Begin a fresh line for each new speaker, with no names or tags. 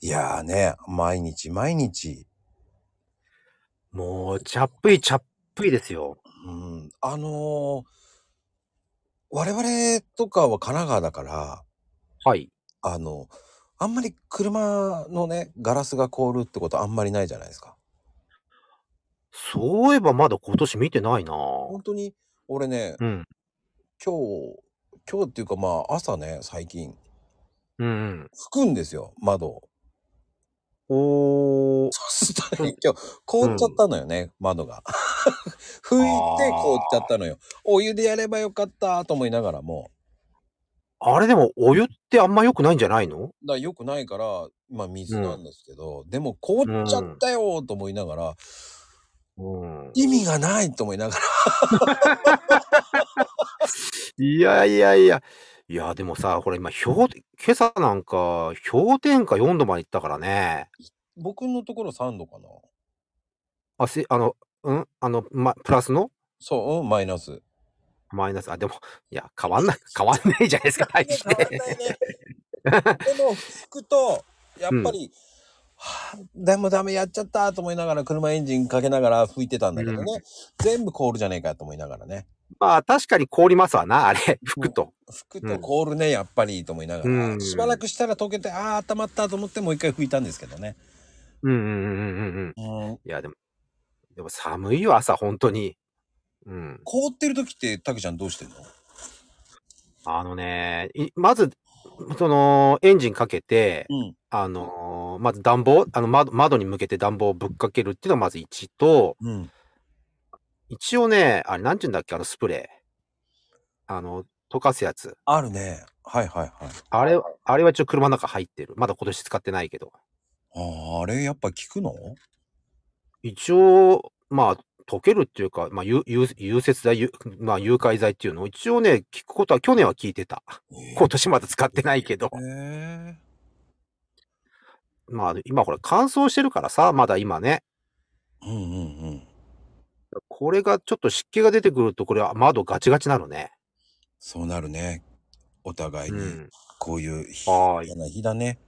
いやーね、毎日毎日。
もう、ちゃっぷいちゃっぷいですよ。
うん、あのー我々とかは神奈川だから、
はい。
あの、あんまり車のね、ガラスが凍るってことあんまりないじゃないですか。
そういえばまだ今年見てないな
本当に、俺ね、
うん。
今日、今日っていうかまあ朝ね、最近、
うんうん。
拭くんですよ、窓 を。
おー。
そうすると
う
ね、
ん。
今日凍
う
っちゃっ
ん。
たのよね、窓が。 拭いて凍っちゃ
あ
っ
ー。
たのよ。お湯でやればよかったと思いながらも、
あれでも、お湯ってあんま良くないんじゃないの
だよくないから、まあ
う
水なん
ん。
ですけど、でも凍っ
う
ちゃっ
ん。
たよと思いながら、
うん。
意味がないと思いながら、
いやいやいや。いや、でもさ、これ今、氷点、今朝なんか、氷点下4度まで行ったからね。
僕のところ3度かな。
あ、せ、あの、うんあの、ま、プラスの
そう、うんマイナス。
マイナス。あ、でも、いや、変わんない、変わんないじゃないですか、大
いや、
し
変 わんない
て。
ね。 でも、拭くと、や
う
っぱ
ん。
り、はあ、でもダメやっちゃったと思いながら、車エンジンかけながら拭いてたんだ
う
けど
ん。
ね、全部凍るじゃねえかと思いながらね。
まあ、確かに凍りますわな、あれ、
う
服
ん、
と。
拭く
う
と
ん。
凍るね、やっぱりと思いなが
う
ら、
ん。
し
う
ばら
ん
くしたら溶けて、ああ、温まったと思ってもう一回拭いたんですけどね。
うんうんうんうんうん。
うん、
いや、でも、でも寒いよ、朝、本当に。うん。
凍ってる時って、たけちゃんどうしてんの
あのね、いまず、その、エンジンかけて、
うん。
あのーまず暖房、あの窓、窓に向けて暖房をぶっかけるっていうのがまず1と、
うん。
一応ね、あれ、なんて言うんだっけ、あのスプレー。あの、溶かすやつ。
あるね。はいはいはい。
あれ、あれは一応車の中入ってる。まだ今年使ってないけど。
あーあれ、やっぱ効くの
一応、まあ、溶けるっていうか、まあ、融融融雪剤、融まあ、誘拐剤っていうのを一応ね、聞くことは、去年は聞いてた。
え
今年まだ使ってないけど。
えー。
まあ、今これ乾燥してるからさ、まだ今ね。
うんうんうん。
これがちょっと湿気が出てくると、これは窓ガチガチなのね。
そうなるね。お互いうに、
ん。
こういう日
はーい。
嫌な日だね。